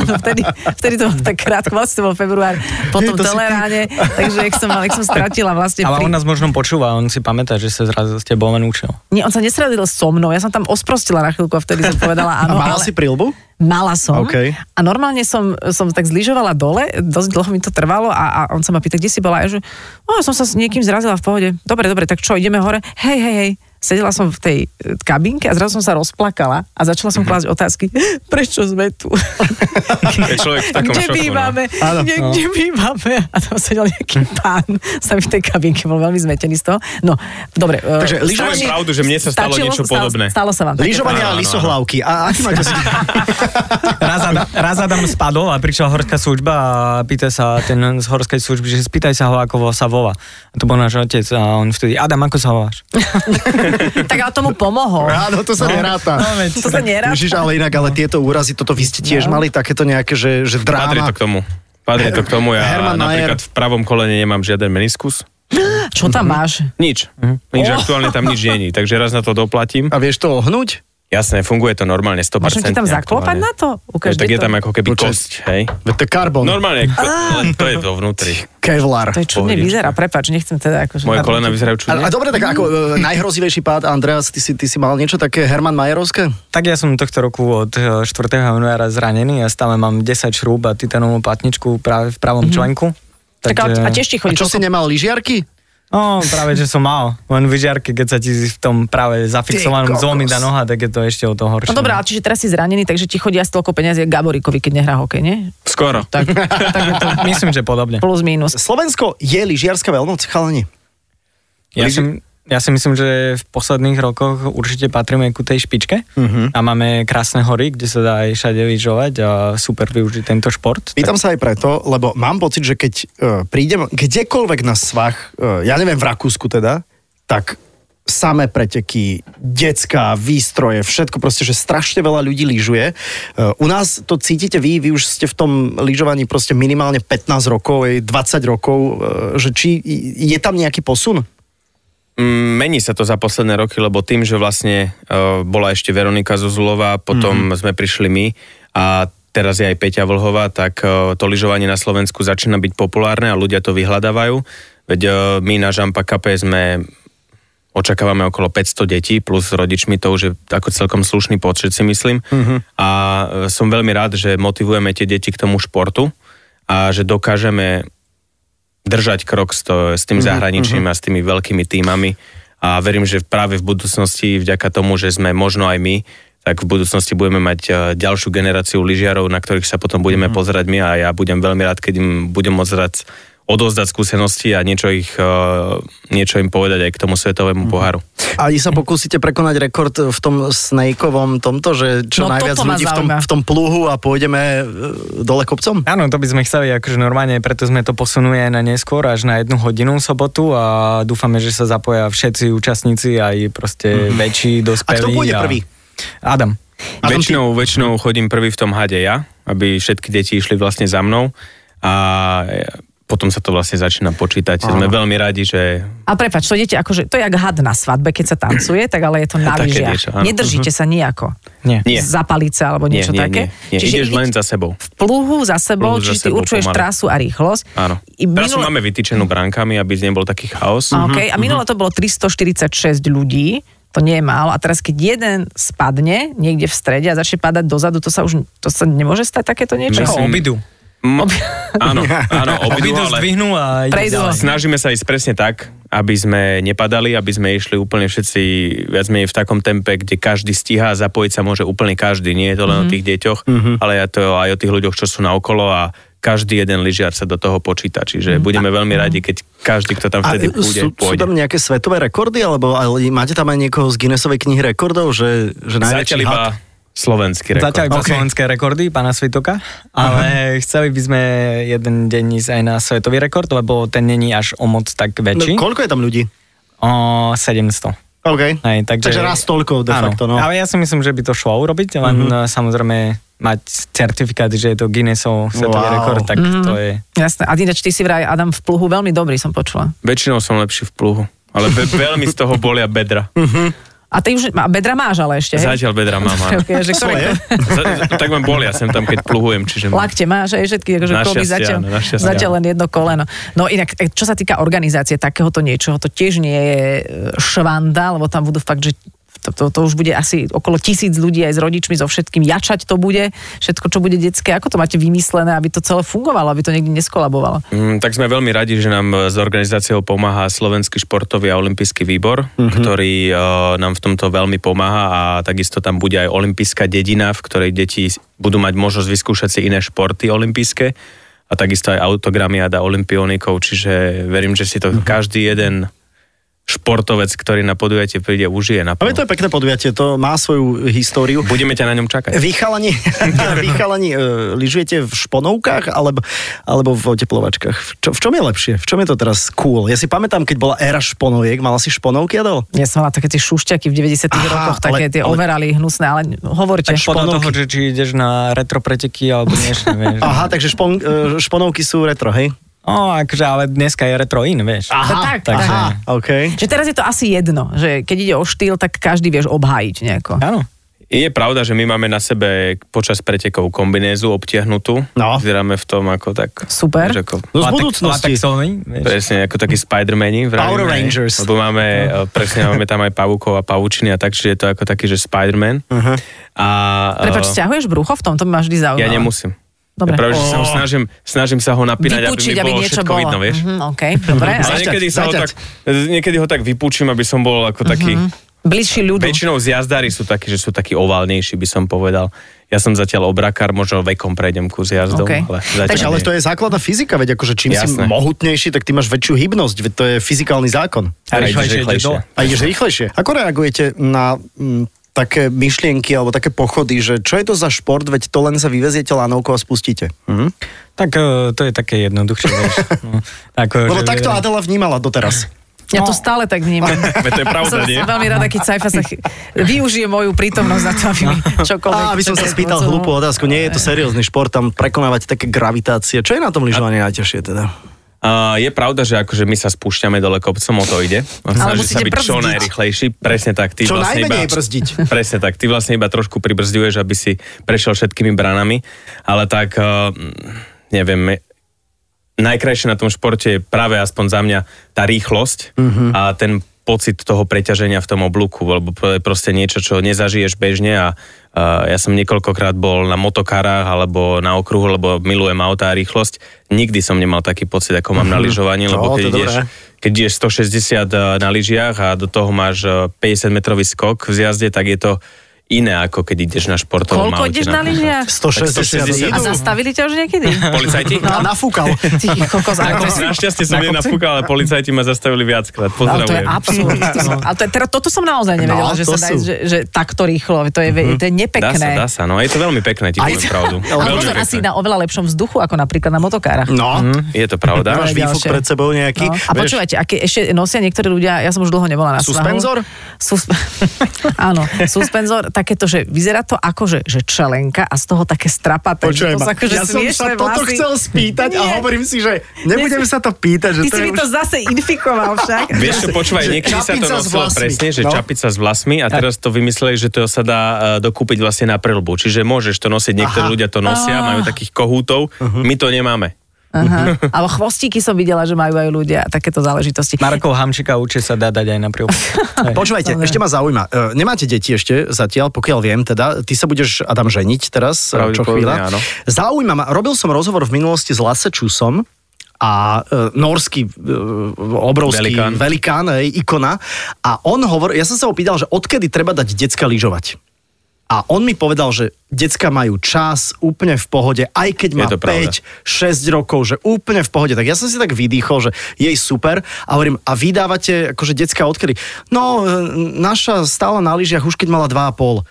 Speaker 2: Áno, vtedy, vtedy to bolo tak krátko, vlastne to bol február, potom
Speaker 3: to si ty.
Speaker 2: Teleráne, takže jak som, jak som stratila vlastne pri-
Speaker 6: Ale on nás možno počúva, on si pamätá, že sa zrazu s tebou len učil.
Speaker 2: Nie, on sa nesradil so mnou, ja som tam osprostila na chvíľku a vtedy som povedala
Speaker 3: A
Speaker 2: áno. No,
Speaker 3: mala si prilbu?
Speaker 2: Mala som.
Speaker 3: OK.
Speaker 2: A normálne som, som tak zlyžovala dole, dosť dlho mi to trvalo a, a on sa ma pýta, kde si bola? A ja že, o, som sa s niekým zrazila v pohode. Dobre, dobre, tak čo, ideme hore? Hej, hej, hej. Sedela som v tej e, kabinke a zrazu som sa rozplakala a začala som
Speaker 5: Mhm.
Speaker 2: klásť otázky, prečo sme tu?
Speaker 5: Je človek v takom
Speaker 2: kde
Speaker 5: šoku, no.
Speaker 2: bývame?
Speaker 3: Áno,
Speaker 2: kde,
Speaker 6: no.
Speaker 2: kde bývame? A tam sedel
Speaker 5: Mhm.
Speaker 2: nejaký pán, sa mi v tej kabinke, bol veľmi zmetený z toho. No, dobre. e,
Speaker 3: Takže
Speaker 2: stačí-
Speaker 3: lyžovanie-
Speaker 5: Máš pravdu, že mne sa stalo niečo
Speaker 2: stalo-
Speaker 5: podobné.
Speaker 2: Stalo sa vám. také-
Speaker 3: Lyžovanie a
Speaker 5: Áno, áno, áno.
Speaker 3: lisohlávky. A aký máte si...
Speaker 6: Raz, Adam, raz Adam spadol a prišla horská služba a pýta sa ten z horskej služby, že spýtaj sa ho, ako sa volá. A to bol náš otec a on vtedy, Adam, ako sa voláš?
Speaker 2: Tak ale tomu pomohol.
Speaker 3: Áno, to sa neráta.
Speaker 6: No, veď.
Speaker 2: To No. sa nerá.
Speaker 3: Ježiš, ale inak, ale tieto úrazy, toto vy ste tiež mali takéto nejaké, že, že
Speaker 5: Patrí
Speaker 3: dráma.
Speaker 5: to k tomu. Patrí to k tomu. Ja
Speaker 3: Herman Mayer.
Speaker 5: napríklad v pravom kolene nemám žiaden meniskus.
Speaker 2: Čo tam máš?
Speaker 5: Nič.
Speaker 2: Mhm.
Speaker 5: Nič,
Speaker 2: Oh.
Speaker 5: aktuálne tam nič není. Takže raz na to doplatím.
Speaker 3: A vieš to ohnúť?
Speaker 5: Jasné, funguje to normálne, 100%.
Speaker 2: Môžem ti tam
Speaker 5: aktuálne.
Speaker 2: zaklopať na to? Ukáž,
Speaker 5: Vieš, tak
Speaker 2: kde
Speaker 5: je
Speaker 2: to-
Speaker 5: tam ako keby
Speaker 3: Počkaj.
Speaker 5: kosť, hej?
Speaker 3: Veď to je karbon.
Speaker 5: Normálne, ko- len to je dovnútri.
Speaker 3: Kevlar.
Speaker 2: To je čudne
Speaker 5: Pohodička.
Speaker 2: vyzerá, prepač, nechcem teda akože...
Speaker 5: Moje kolena vyzerajú
Speaker 3: A,
Speaker 5: čudne.
Speaker 3: a dobre, tak
Speaker 2: Mm.
Speaker 3: ako e, najhrozivejší pád, Andreas, ty si, ty si mal niečo také Herman Majerovské?
Speaker 6: Tak ja som tohto roku od eh, 4. januára zranený a stále mám 10 šrúb a titanovú platničku práve v pravom členku.
Speaker 2: Tak ale,
Speaker 5: eh,
Speaker 2: a tiež ti
Speaker 3: A
Speaker 2: chodí
Speaker 3: čo si
Speaker 2: toľko...
Speaker 3: nemal lyžiarky?
Speaker 6: No, práve, že som mal. Len v žiarke, keď sa ti v tom práve zafixovanom
Speaker 3: kokos.
Speaker 6: zlomí tá noha, tak je to ešte o to horšie.
Speaker 2: No dobrá, ale čiže teraz si zranený, takže ti chodí asi toľko peniazí, jak Gaborikovi, keď nehrá hokej, nie?
Speaker 5: Skoro.
Speaker 2: Tak,
Speaker 6: tak je to, myslím, že podobne.
Speaker 2: plus minus.
Speaker 3: Slovensko je lyžiarska veľmoc, chalani.
Speaker 6: Ja
Speaker 5: Lyži-
Speaker 6: si, ja si myslím, že v posledných rokoch určite patríme ku tej špičke
Speaker 3: Mhm.
Speaker 6: uh-huh. a máme krásne hory, kde sa dá aj všade lyžovať a super využiť tento šport.
Speaker 3: Pýtam sa aj preto, lebo mám pocit, že keď uh, prídem kdekoľvek na svah, uh, ja neviem v Rakúsku teda, tak samé preteky, decka, výstroje, všetko proste, že strašne veľa ľudí lyžuje. Uh, u nás to cítite vy, vy už ste v tom lyžovaní proste minimálne 15 rokov, aj 20 rokov, uh, že či je tam nejaký posun?
Speaker 5: Mm, Mení sa to za posledné roky, lebo tým, že vlastne uh, bola ešte Veronika Zuzulová, potom mm. sme prišli my a teraz je aj Peťa Vlhová, tak uh, to lyžovanie na Slovensku začína byť populárne a ľudia to vyhľadávajú. Veď uh, my na Žampa Kape sme očakávame okolo 500 detí, plus s rodičmi to už je ako celkom slušný počet si myslím. A e, som veľmi rád, že motivujeme tie deti k tomu športu a že dokážeme držať krok s, to, s
Speaker 3: Mhm,
Speaker 5: tým zahraničím a s tými veľkými týmami. A verím, že práve v budúcnosti, vďaka tomu, že sme možno aj my, tak v budúcnosti budeme mať e, ďalšiu generáciu lyžiarov, na ktorých sa potom
Speaker 3: Mhm.
Speaker 5: budeme pozerať my a ja budem veľmi rád, keď im budem môcť rád odozdať skúsenosti a niečo, ich, e, niečo im povedať aj k tomu svetovému
Speaker 3: Mhm.
Speaker 5: poháru.
Speaker 3: A vy sa pokúsite prekonať rekord v tom snakeovom tomto, že čo
Speaker 2: No,
Speaker 3: najviac
Speaker 2: toto ma
Speaker 3: ľudí v tom,
Speaker 2: zaujíma.
Speaker 3: v tom pluhu a pôjdeme e, dole kopcom?
Speaker 6: Áno, to by sme chceli akože normálne, preto sme to posunuli aj na neskôr, až na jednu hodinu v sobotu a dúfame, že sa zapoja všetci účastníci, aj proste väčší, dospelí.
Speaker 3: Mhm. pôjde prvý? A tam
Speaker 6: Adam.
Speaker 3: Mhm. ty-
Speaker 5: Väčšinou, väčšinou chodím prvý v tom hade ja, aby všetky deti išli vlastne za mnou a potom sa to vlastne začína počítať. Áno. Sme veľmi radi, že
Speaker 2: A prepač, to idete akože, to je jak had na svadbe, keď sa tancuje, tak ale je to na
Speaker 5: Také niečo,
Speaker 2: lyžiach.
Speaker 5: áno. Mhm.
Speaker 2: Nedržíte sa nejako.
Speaker 6: Nie.
Speaker 5: Nie.
Speaker 2: Zapaliť sa alebo
Speaker 5: nie,
Speaker 2: niečo
Speaker 5: nie,
Speaker 2: také.
Speaker 5: nie, nie. ideš
Speaker 2: idete
Speaker 5: len za sebou.
Speaker 2: V pluhu za sebou,
Speaker 5: pluhu
Speaker 2: čiže
Speaker 5: za
Speaker 2: ty
Speaker 5: sebou,
Speaker 2: určuješ
Speaker 5: pomaly.
Speaker 2: trasu a rýchlosť.
Speaker 5: Áno.
Speaker 2: I
Speaker 5: Teraz
Speaker 2: minule-
Speaker 5: máme vytýčenú brankami, aby nebol taký chaos.
Speaker 2: A, okay. a minule to bolo 346 ľudí, to nie je málo. A teraz, keď jeden spadne niekde v strede a začne padať dozadu, to sa už to sa nemôže stať takéto niečo?
Speaker 5: Myslím-
Speaker 6: Obidu.
Speaker 5: M- áno, áno, obidva,
Speaker 6: No, Obidu
Speaker 5: ale
Speaker 6: zdvihnú a ide
Speaker 2: Prejdu.
Speaker 6: ďalej.
Speaker 5: snažíme sa ísť presne tak, aby sme nepadali, aby sme išli úplne všetci viac menej v takom tempe, kde každý stíha a zapojiť sa môže úplne každý. Nie je to
Speaker 2: Mhm.
Speaker 5: len mm-hmm. o tých deťoch,
Speaker 3: Mhm.
Speaker 5: mm-hmm. ale je to aj o tých ľuďoch, čo sú naokolo a každý jeden lyžiar sa do toho počíta. Čiže
Speaker 2: Mhm.
Speaker 5: budeme veľmi radi, keď každý, kto tam
Speaker 3: A e,
Speaker 5: vtedy
Speaker 3: sú,
Speaker 5: pôjde,
Speaker 3: sú tam
Speaker 5: pôjde.
Speaker 3: nejaké svetové rekordy, alebo ale máte tam aj niekoho z Guinnessovej knihy rekordov, že, že najväčší
Speaker 5: Zatiaľ iba
Speaker 3: had?
Speaker 5: Slovenský rekord.
Speaker 6: Zatiaľ iba
Speaker 3: Ok.
Speaker 6: okay. slovenské rekordy pána Svitoka, ale chceli by sme jeden deň ísť aj na svetový rekord, lebo ten není až o moc tak
Speaker 3: No,
Speaker 6: väčší.
Speaker 3: koľko je tam ľudí?
Speaker 6: o 700.
Speaker 3: OK.
Speaker 6: Hej, takže,
Speaker 3: Takže raz toľko de facto, no.
Speaker 6: áno.
Speaker 3: Mhm.
Speaker 6: Ale ja si myslím, že by to šlo urobiť, len mm-hmm. samozrejme mať certifikát, že je to Guinnessov svetový
Speaker 3: Wow.
Speaker 6: rekord, tak
Speaker 2: Mhm.
Speaker 6: mm-hmm. to je...
Speaker 2: Jasné. A ináč ty si vraj, Adam, v pluhu veľmi dobrý, som počula.
Speaker 5: Väčšinou som lepší v pluhu. Ale be- veľmi z toho bolia bedra.
Speaker 2: A ty už, a bedra máš ale ešte, hej?
Speaker 5: Zatiaľ bedra mám, áno.
Speaker 2: Okay, že ktoré,
Speaker 5: Za, za, tak mám bolia sem tam, keď pluhujem, čiže... mám-
Speaker 2: lakte máš aj všetky, akože
Speaker 5: Našťastie
Speaker 2: koby zatiaľ,
Speaker 5: Hm. áno, našťastie
Speaker 2: zatiaľ
Speaker 5: áno.
Speaker 2: len jedno koleno. No inak, e, čo sa týka organizácie takéhoto niečoho, to tiež nie je e, švanda, lebo tam budú fakt, že to, to, to už bude asi okolo tisíc ľudí aj s rodičmi, so všetkým. Jačať to bude, všetko, čo bude detské. Ako to máte vymyslené, aby to celé fungovalo, aby to niekde neskolabovalo?
Speaker 5: Mm, tak sme veľmi radi, že nám eh, s organizáciou pomáha Slovenský športový a olimpijský výbor, mm-hmm. ktorý uh, nám v tomto veľmi pomáha a takisto tam bude aj olimpijská dedina, v ktorej deti s- budú mať možnosť vyskúšať si iné športy olimpijské a takisto aj autogramiada olimpionikov, čiže verím, že si to mm-hmm. každý jeden športovec, ktorý na podujatie príde, užije na
Speaker 3: Ale to je pekné podujatie, to má svoju históriu.
Speaker 5: Budeme ťa na ňom čakať.
Speaker 3: Vy chalani, vy chalani e, lyžujete v šponovkách alebo, alebo v oteplovačkách? V, čo, v čom je lepšie? V čom je to teraz cool? Ja si pamätám, keď bola éra šponoviek, mala si šponovky, Adel?
Speaker 2: Ja som mala také tie šušťaky v 90
Speaker 3: Aha,
Speaker 2: rokoch, také
Speaker 3: ale-
Speaker 2: tie
Speaker 3: ale-
Speaker 2: overali hnusné, ale hovorte.
Speaker 3: Tak špo-
Speaker 6: Podľa toho,
Speaker 3: Šponovky.
Speaker 6: že či ideš na retro preteky alebo niečo, vieš.
Speaker 3: Aha, takže špon, e, šponovky sú retro, hej?
Speaker 6: No, akože, ale dneska je retro in, vieš.
Speaker 2: Aha, tak, tak,
Speaker 6: takže-
Speaker 2: aha.
Speaker 3: OK.
Speaker 2: Že teraz je to asi jedno, že keď ide o štýl, tak každý vieš obhájiť nejako.
Speaker 6: Áno.
Speaker 5: Je pravda, že my máme na sebe počas pretekov kombinézu obtiahnutú.
Speaker 3: No.
Speaker 5: Vyzeráme v tom ako tak...
Speaker 2: Super.
Speaker 5: vieš, Ako,
Speaker 3: No z
Speaker 6: Latex-
Speaker 3: budúcnosti.
Speaker 6: Latexový, vieš.
Speaker 5: Presne, ako takí Spidermani. vravíme,
Speaker 3: Power
Speaker 5: hej.
Speaker 3: Rangers.
Speaker 5: Lebo máme, eh, presne, máme tam aj pavúkov a pavučiny a tak, čiže je to ako taký, že Spiderman. Uh-huh. A, eh,
Speaker 2: Prepač, stiahuješ brucho v tom? To by ma vždy zaujímalo.
Speaker 5: ja nemusím.
Speaker 2: Dobre.
Speaker 5: Ja práve, že sa ho snažím, snažím sa ho napínať,
Speaker 2: Vypučiť,
Speaker 5: aby mi
Speaker 2: aby,
Speaker 5: bolo
Speaker 2: niečo
Speaker 5: všetko
Speaker 2: bolo.
Speaker 5: vidno, vieš.
Speaker 2: Mhm, OK, dobre.
Speaker 5: Ale
Speaker 2: ale-
Speaker 3: Zaťať,
Speaker 5: niekedy, sa ho
Speaker 3: zaťať.
Speaker 5: tak, niekedy ho tak vypúčim, aby som bol ako taký...
Speaker 2: Bližší ľudu.
Speaker 5: Väčšinou zjazdári sú takí, že sú takí oválnejší, by som povedal. Ja som zatiaľ obrakár, možno vekom prejdem ku zjazdom,
Speaker 2: OK.
Speaker 5: okay. ale zatiaľ
Speaker 3: Takže, ale
Speaker 5: nie.
Speaker 3: to je základná fyzika, veď akože čím si
Speaker 5: Jasné.
Speaker 3: mohutnejší, tak ty máš väčšiu hybnosť, veď to je fyzikálny zákon.
Speaker 6: A rýchlejšie ide
Speaker 5: rýchlejšie.
Speaker 6: dole.
Speaker 3: A ideš rýchlejšie. Ako reagujete na mm, také myšlienky alebo také pochody, že čo je to za šport, veď to len sa vyveziete lanovkou a spustíte. Mhm.
Speaker 6: Tak e, to je také jednoduchšie, vieš. No, ako,
Speaker 3: Lebo
Speaker 6: že-
Speaker 3: takto Adela vnímala doteraz.
Speaker 2: Ja to stále tak vnímam.
Speaker 5: Veď to je No.
Speaker 2: som,
Speaker 5: pravda, nie?
Speaker 2: som veľmi rada, keď Saifa sa chy- využije moju prítomnosť na to, aby mi čokoľvek...
Speaker 3: Á, aby som sa
Speaker 2: čokoľvek
Speaker 3: spýtal
Speaker 2: pomohlo.
Speaker 3: hlúpu otázku, nie je to seriózny šport, tam prekonávať také gravitácie. Čo je na tom lyžovaní najťažšie teda?
Speaker 5: Uh, je pravda, že akože my sa spúšťame dole kopcom, o to ide.
Speaker 2: Ale
Speaker 5: Snažíš sa
Speaker 2: musíte
Speaker 5: byť čo
Speaker 2: brzdiť.
Speaker 5: najrychlejší. Presne tak. Ty
Speaker 3: Čo
Speaker 5: vlastne
Speaker 3: najmenej
Speaker 5: iba,
Speaker 3: brzdiť.
Speaker 5: Presne tak. Ty vlastne iba trošku pribrzdiuješ, aby si prešiel všetkými branami. Ale tak, uh, neviem, najkrajšie na tom športe je práve aspoň za mňa tá rýchlosť
Speaker 3: Mhm.
Speaker 5: a ten pocit toho preťaženia v tom oblúku, lebo to je proste niečo, čo nezažiješ bežne a, a ja som niekoľkokrát bol na motokarách alebo na okruhu, lebo milujem auta a rýchlosť. Nikdy som nemal taký pocit, ako mám na lyžovaní, lebo
Speaker 3: No, to
Speaker 5: keď
Speaker 3: je
Speaker 5: ideš,
Speaker 3: dobré.
Speaker 5: keď ideš 160 na lyžiach a do toho máš 50-metrový skok v zjazde, tak je to iné, ako keď ideš na športovom
Speaker 2: Koľko
Speaker 5: aute
Speaker 2: ideš na
Speaker 5: lyžiach?
Speaker 2: lyžiach?
Speaker 3: 160.
Speaker 2: A zastavili ťa už niekedy?
Speaker 5: Policajti?
Speaker 3: A nafúkal.
Speaker 2: Ty kokos, ale to je...
Speaker 5: Našťastie som
Speaker 2: na kopci?
Speaker 5: nenafúkal, ale policajti ma zastavili
Speaker 2: Ale to
Speaker 5: viackrát.
Speaker 2: je
Speaker 5: Pozdravujem.
Speaker 2: absurd. To som- A to je, teda, toto som naozaj nevedela,
Speaker 3: No,
Speaker 2: že
Speaker 3: to
Speaker 2: sa dá,
Speaker 3: sú.
Speaker 2: ísť, že, že takto rýchlo. To je, to je
Speaker 5: Mhm. Dá sa,
Speaker 2: nepekné.
Speaker 5: dá sa. No je to veľmi pekné, ti poviem pravdu.
Speaker 2: Ale
Speaker 5: Veľmi
Speaker 2: pozor,
Speaker 5: pekné. Mhm,
Speaker 2: asi na oveľa lepšom vzduchu, ako napríklad na motokárach.
Speaker 3: No,
Speaker 5: Je to pravda.
Speaker 3: máš
Speaker 2: Dobre,
Speaker 3: výfuk
Speaker 2: ďalšie.
Speaker 3: pred sebou nejaký.
Speaker 2: No. A
Speaker 3: vieš.
Speaker 2: počúvajte, aké ešte nosia niektorí ľudia, ja som už dlho nebola na snahu.
Speaker 3: Suspenzor?
Speaker 2: Suspe- áno, suspenzor, takéto, že vyzerá to ako, že, že čelenka a z toho také strapaté. že
Speaker 3: Počujem,
Speaker 2: to sú akože
Speaker 3: ja som sa
Speaker 2: smiešné
Speaker 3: toto
Speaker 2: vlasy.
Speaker 3: chcel spýtať a
Speaker 2: Nie.
Speaker 3: hovorím si, že nebudem sa to pýtať, že
Speaker 2: Ty
Speaker 3: to
Speaker 2: si
Speaker 3: je
Speaker 2: mi
Speaker 3: už...
Speaker 2: to zase infikoval však.
Speaker 5: Vieš čo, počúvaj,
Speaker 3: že
Speaker 5: niekedy sa to
Speaker 3: čapica s
Speaker 5: nosilo
Speaker 3: vlasmi.
Speaker 5: presne, že
Speaker 3: No.
Speaker 5: čapica s vlasmi a teraz to vymysleli, že to sa dá e, dokúpiť vlastne na prelbu. Čiže môžeš to nosiť, niektorí
Speaker 3: Aha. Mhm.
Speaker 5: ľudia to nosia, majú takých kohútov, my to nemáme.
Speaker 2: Aha. Ale chvostíky som videla, že majú aj ľudia takéto záležitosti.
Speaker 6: Markov Hamčíka určite sa dá dať aj na prílbu. Hej.
Speaker 3: Počúvajte,
Speaker 2: Dobre.
Speaker 3: ešte ma zaujíma. e, Nemáte deti ešte zatiaľ, pokiaľ viem teda. Ty sa budeš, Adam, ženiť teraz, e, čo
Speaker 5: Pravdepodobne
Speaker 3: chvíľa.
Speaker 5: áno.
Speaker 3: Zaujíma ma, robil som rozhovor v minulosti s Lasečusom, a e, norský e, obrovský velikán,
Speaker 5: Velikán.
Speaker 3: velikán hej, ikona. A on hovoril, ja som sa ho pýtal, že odkedy treba dať decka lyžovať. A on mi povedal, že decka majú čas úplne v pohode, aj keď má
Speaker 5: Je to pravda.
Speaker 3: 5, 6 rokov, že úplne v pohode. Tak ja som si tak vydýchol, že jej super a hovorím, a vydávate akože decka odkedy? No, e, naša stála na lyžiach už keď mala 2,5.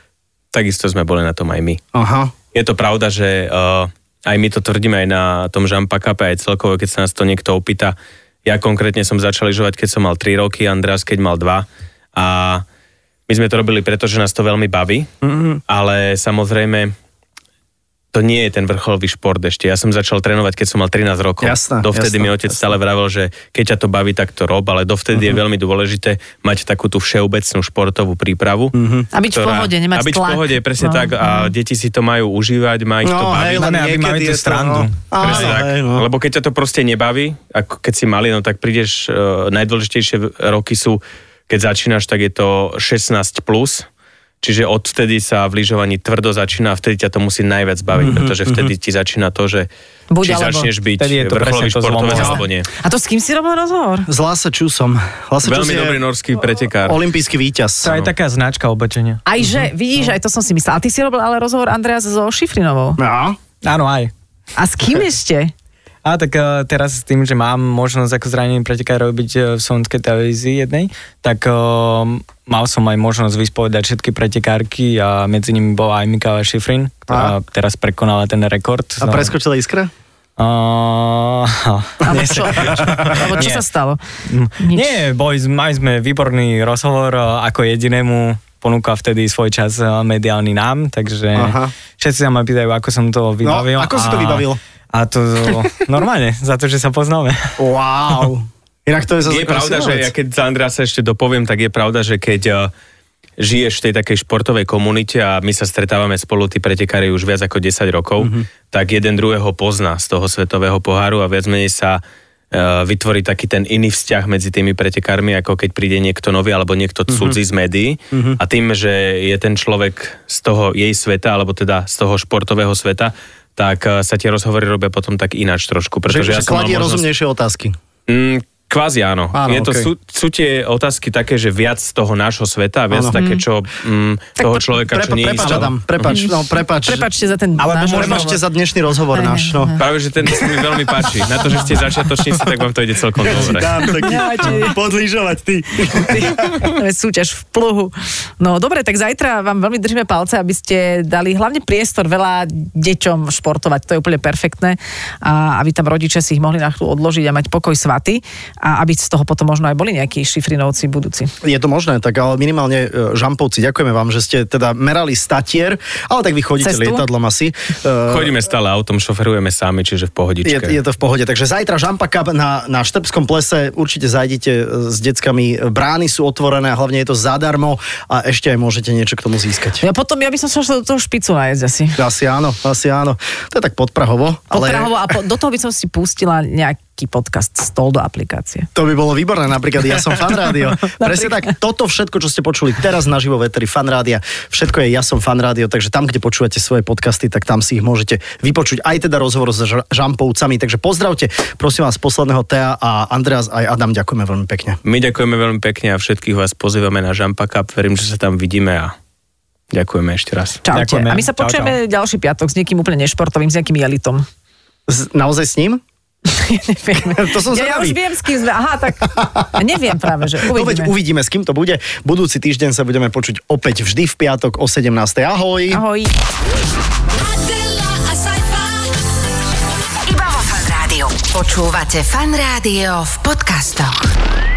Speaker 5: takisto sme boli na tom aj my.
Speaker 3: Aha.
Speaker 5: Je to pravda, že uh, aj my to tvrdíme aj na tom Žampa Cup, aj celkovo, keď sa nás to niekto opýta. Ja konkrétne som začal lyžovať, keď som mal 3 roky, Andreas keď mal 2. A my sme to robili preto, že nás to veľmi baví,
Speaker 3: Mhm.
Speaker 5: mm-hmm. ale samozrejme to nie je ten vrcholový šport ešte. Ja som začal trénovať, keď som mal 13 rokov.
Speaker 3: Jasné,
Speaker 5: dovtedy
Speaker 3: jasné,
Speaker 5: mi otec
Speaker 3: jasné. Mhm.
Speaker 5: stále vravel, že keď ťa to baví, tak to rob, ale dovtedy mm-hmm. je veľmi dôležité mať takú tú všeobecnú športovú prípravu.
Speaker 3: Mhm.
Speaker 5: Mm-hmm.
Speaker 2: A byť v pohode, nemať
Speaker 5: A byť v
Speaker 2: tlak.
Speaker 5: pohode, presne
Speaker 2: No,
Speaker 5: tak. A deti si to majú užívať, má ich to
Speaker 3: No,
Speaker 5: baviť.
Speaker 3: hej, len
Speaker 6: Hlavne, aby mali
Speaker 3: niekedy
Speaker 6: tú
Speaker 3: je to,
Speaker 6: srandu.
Speaker 3: no. Áno,
Speaker 5: Presne tak.
Speaker 3: hej, no.
Speaker 5: Lebo keď ťa to proste nebaví, ako keď si malý, no tak prídeš, uh, najdôležitejšie v- roky sú, keď začínaš, tak je to 16 plus, čiže odvtedy sa v lyžovaní tvrdo začína a vtedy ťa to musí najviac baviť, mm-hmm, pretože vtedy ti začína to, že
Speaker 2: Buď
Speaker 5: či
Speaker 2: alebo.
Speaker 5: začneš byť
Speaker 6: Mhm, Vtedy je to
Speaker 5: vrcholový
Speaker 6: presne to
Speaker 5: športovec
Speaker 6: zlomové.
Speaker 5: alebo nie.
Speaker 2: A to s kým si robil rozhovor?
Speaker 3: S Lasa Čusom. Lasa Čus
Speaker 5: Veľmi
Speaker 3: je
Speaker 5: dobrý norský pretekár.
Speaker 3: olimpijský víťaz. No.
Speaker 6: To je aj taká značka oblečenia.
Speaker 2: Aj
Speaker 3: Mhm.
Speaker 2: že, vidíš, aj to som si myslela. A ty si robil ale rozhovor Andreas so Šifrinovou.
Speaker 3: No.
Speaker 6: Áno, aj.
Speaker 2: A s kým ešte?
Speaker 6: A tak e, teraz s tým, že mám možnosť ako zranený pretekár robiť e, v slovenskej televízii jednej, tak e, mal som aj možnosť vyspovedať všetky pretekárky a medzi nimi bola aj Mikála Šifrin, ktorá teraz prekonala ten rekord.
Speaker 3: A preskočila iskra?
Speaker 6: Uh,
Speaker 2: Alebo čo? Alebo čo
Speaker 6: Nie.
Speaker 2: sa stalo?
Speaker 6: Nie, boli, sme- mali sme výborný rozhovor a ako jedinému ponúka vtedy svoj čas a, mediálny nám, takže
Speaker 3: Aha. No,
Speaker 6: Aha. všetci sa ma pýtajú, ako som to vybavil.
Speaker 3: ako si to vybavil?
Speaker 6: A to normálne, za to, že sa poznáme.
Speaker 3: Wow. Inak to je zase
Speaker 5: Je pravda, že ja keď za Andrea sa ešte dopoviem, tak je pravda, že keď eh, žiješ v tej takej športovej komunite a my sa stretávame spolu, tí pretekári už viac ako 10 rokov,
Speaker 3: Mhm.
Speaker 5: mm-hmm. tak jeden druhého pozná z toho svetového poháru a viac menej sa eh, vytvorí taký ten iný vzťah medzi tými pretekármi, ako keď príde niekto nový alebo niekto
Speaker 3: Mhm.
Speaker 5: cudzí z médií. A tým, že je ten človek z toho jej sveta, alebo teda z toho športového sveta, tak eh, sa tie rozhovory robia potom tak ináč trošku.
Speaker 3: Že,
Speaker 5: Pretože
Speaker 3: že
Speaker 5: ja som mal
Speaker 3: kladie
Speaker 5: možnosť...
Speaker 3: rozumnejšie otázky.
Speaker 5: Mm, kvázi áno.
Speaker 3: Áno,
Speaker 5: áno je to,
Speaker 3: okej.
Speaker 5: sú, sú tie otázky také, že viac z toho nášho sveta, viac
Speaker 3: Áno.
Speaker 5: áno. také, čo mm, toho človeka, čo
Speaker 3: Prepa,
Speaker 5: nie je
Speaker 3: prepač,
Speaker 5: isté.
Speaker 3: Adam, prepač, no, prepač.
Speaker 2: Prepačte za ten
Speaker 6: Alebo
Speaker 2: náš
Speaker 6: možno-
Speaker 3: Prepačte
Speaker 2: rozhovor.
Speaker 3: za dnešný rozhovor
Speaker 2: Hej,
Speaker 3: náš. No.
Speaker 5: Práve, že ten sa mi veľmi páči. Na to, že ste začiatočníci, tak vám to ide celkom dobre.
Speaker 3: taký podlížovať, ty.
Speaker 2: Máme súťaž v pluhu. No dobre, tak zajtra vám veľmi držíme palce, aby ste dali hlavne priestor veľa deťom športovať. To je úplne perfektné. A aby tam rodičia si ich mohli na chvíľu odložiť a mať pokoj svaty. A aby z toho potom možno aj boli nejakí šifrinovci budúci.
Speaker 3: Je to možné, tak ale minimálne e, Žampovci, ďakujeme vám, že ste teda merali statier, ale tak vy chodíte
Speaker 2: Cestu?
Speaker 3: lietadlom asi. E,
Speaker 5: Chodíme stále autom, šoferujeme sami, čiže v pohodičke.
Speaker 3: Je, je to v pohode. Takže zajtra Žampa Cup na, na Štrbskom plese. Určite zajdite e, s deckami. Brány sú otvorené a hlavne je to zadarmo a ešte aj môžete niečo k tomu získať.
Speaker 2: Ja potom, ja by som sa šla do toho špicu nájsť asi.
Speaker 3: Asi áno, asi áno. To je tak podprahovo.
Speaker 2: Ale...
Speaker 3: ale-
Speaker 2: a po, do toho by som si pustila nejaký podcast stol do aplikácie.
Speaker 3: To by bolo výborné, napríklad ja som fan rádio. Presne tak, toto všetko, čo ste počuli teraz naživo v Eteri fan rádia, všetko je ja som fan rádio, takže tam, kde počúvate svoje podcasty, tak tam si ich môžete vypočuť. Aj teda rozhovor s Ža- Žampovcami, takže pozdravte, prosím vás, posledného Tea a Andreas aj Adam, ďakujeme veľmi pekne.
Speaker 5: My ďakujeme veľmi pekne a všetkých vás pozývame na Žampa Cup. Verím, že sa tam vidíme a ďakujeme ešte raz.
Speaker 2: Čaute.
Speaker 6: Ďakujeme.
Speaker 2: A my sa
Speaker 6: Čau,
Speaker 2: počujeme ďalší piatok s niekým úplne nešportovým, s nejakým elitom.
Speaker 3: Z, naozaj s ním? To som
Speaker 2: ja, ja
Speaker 3: zvedavý.
Speaker 2: už viem, s kým sme. Aha, tak neviem práve, že
Speaker 3: No veď
Speaker 2: uvidíme.
Speaker 3: uvidíme, s kým to bude. Budúci týždeň sa budeme počuť opäť vždy v piatok o 17. Ahoj.
Speaker 2: Ahoj.
Speaker 4: Adela Asaifa.
Speaker 1: Iba vo Fan Rádiu. Počúvate Fan Rádio v podcastoch.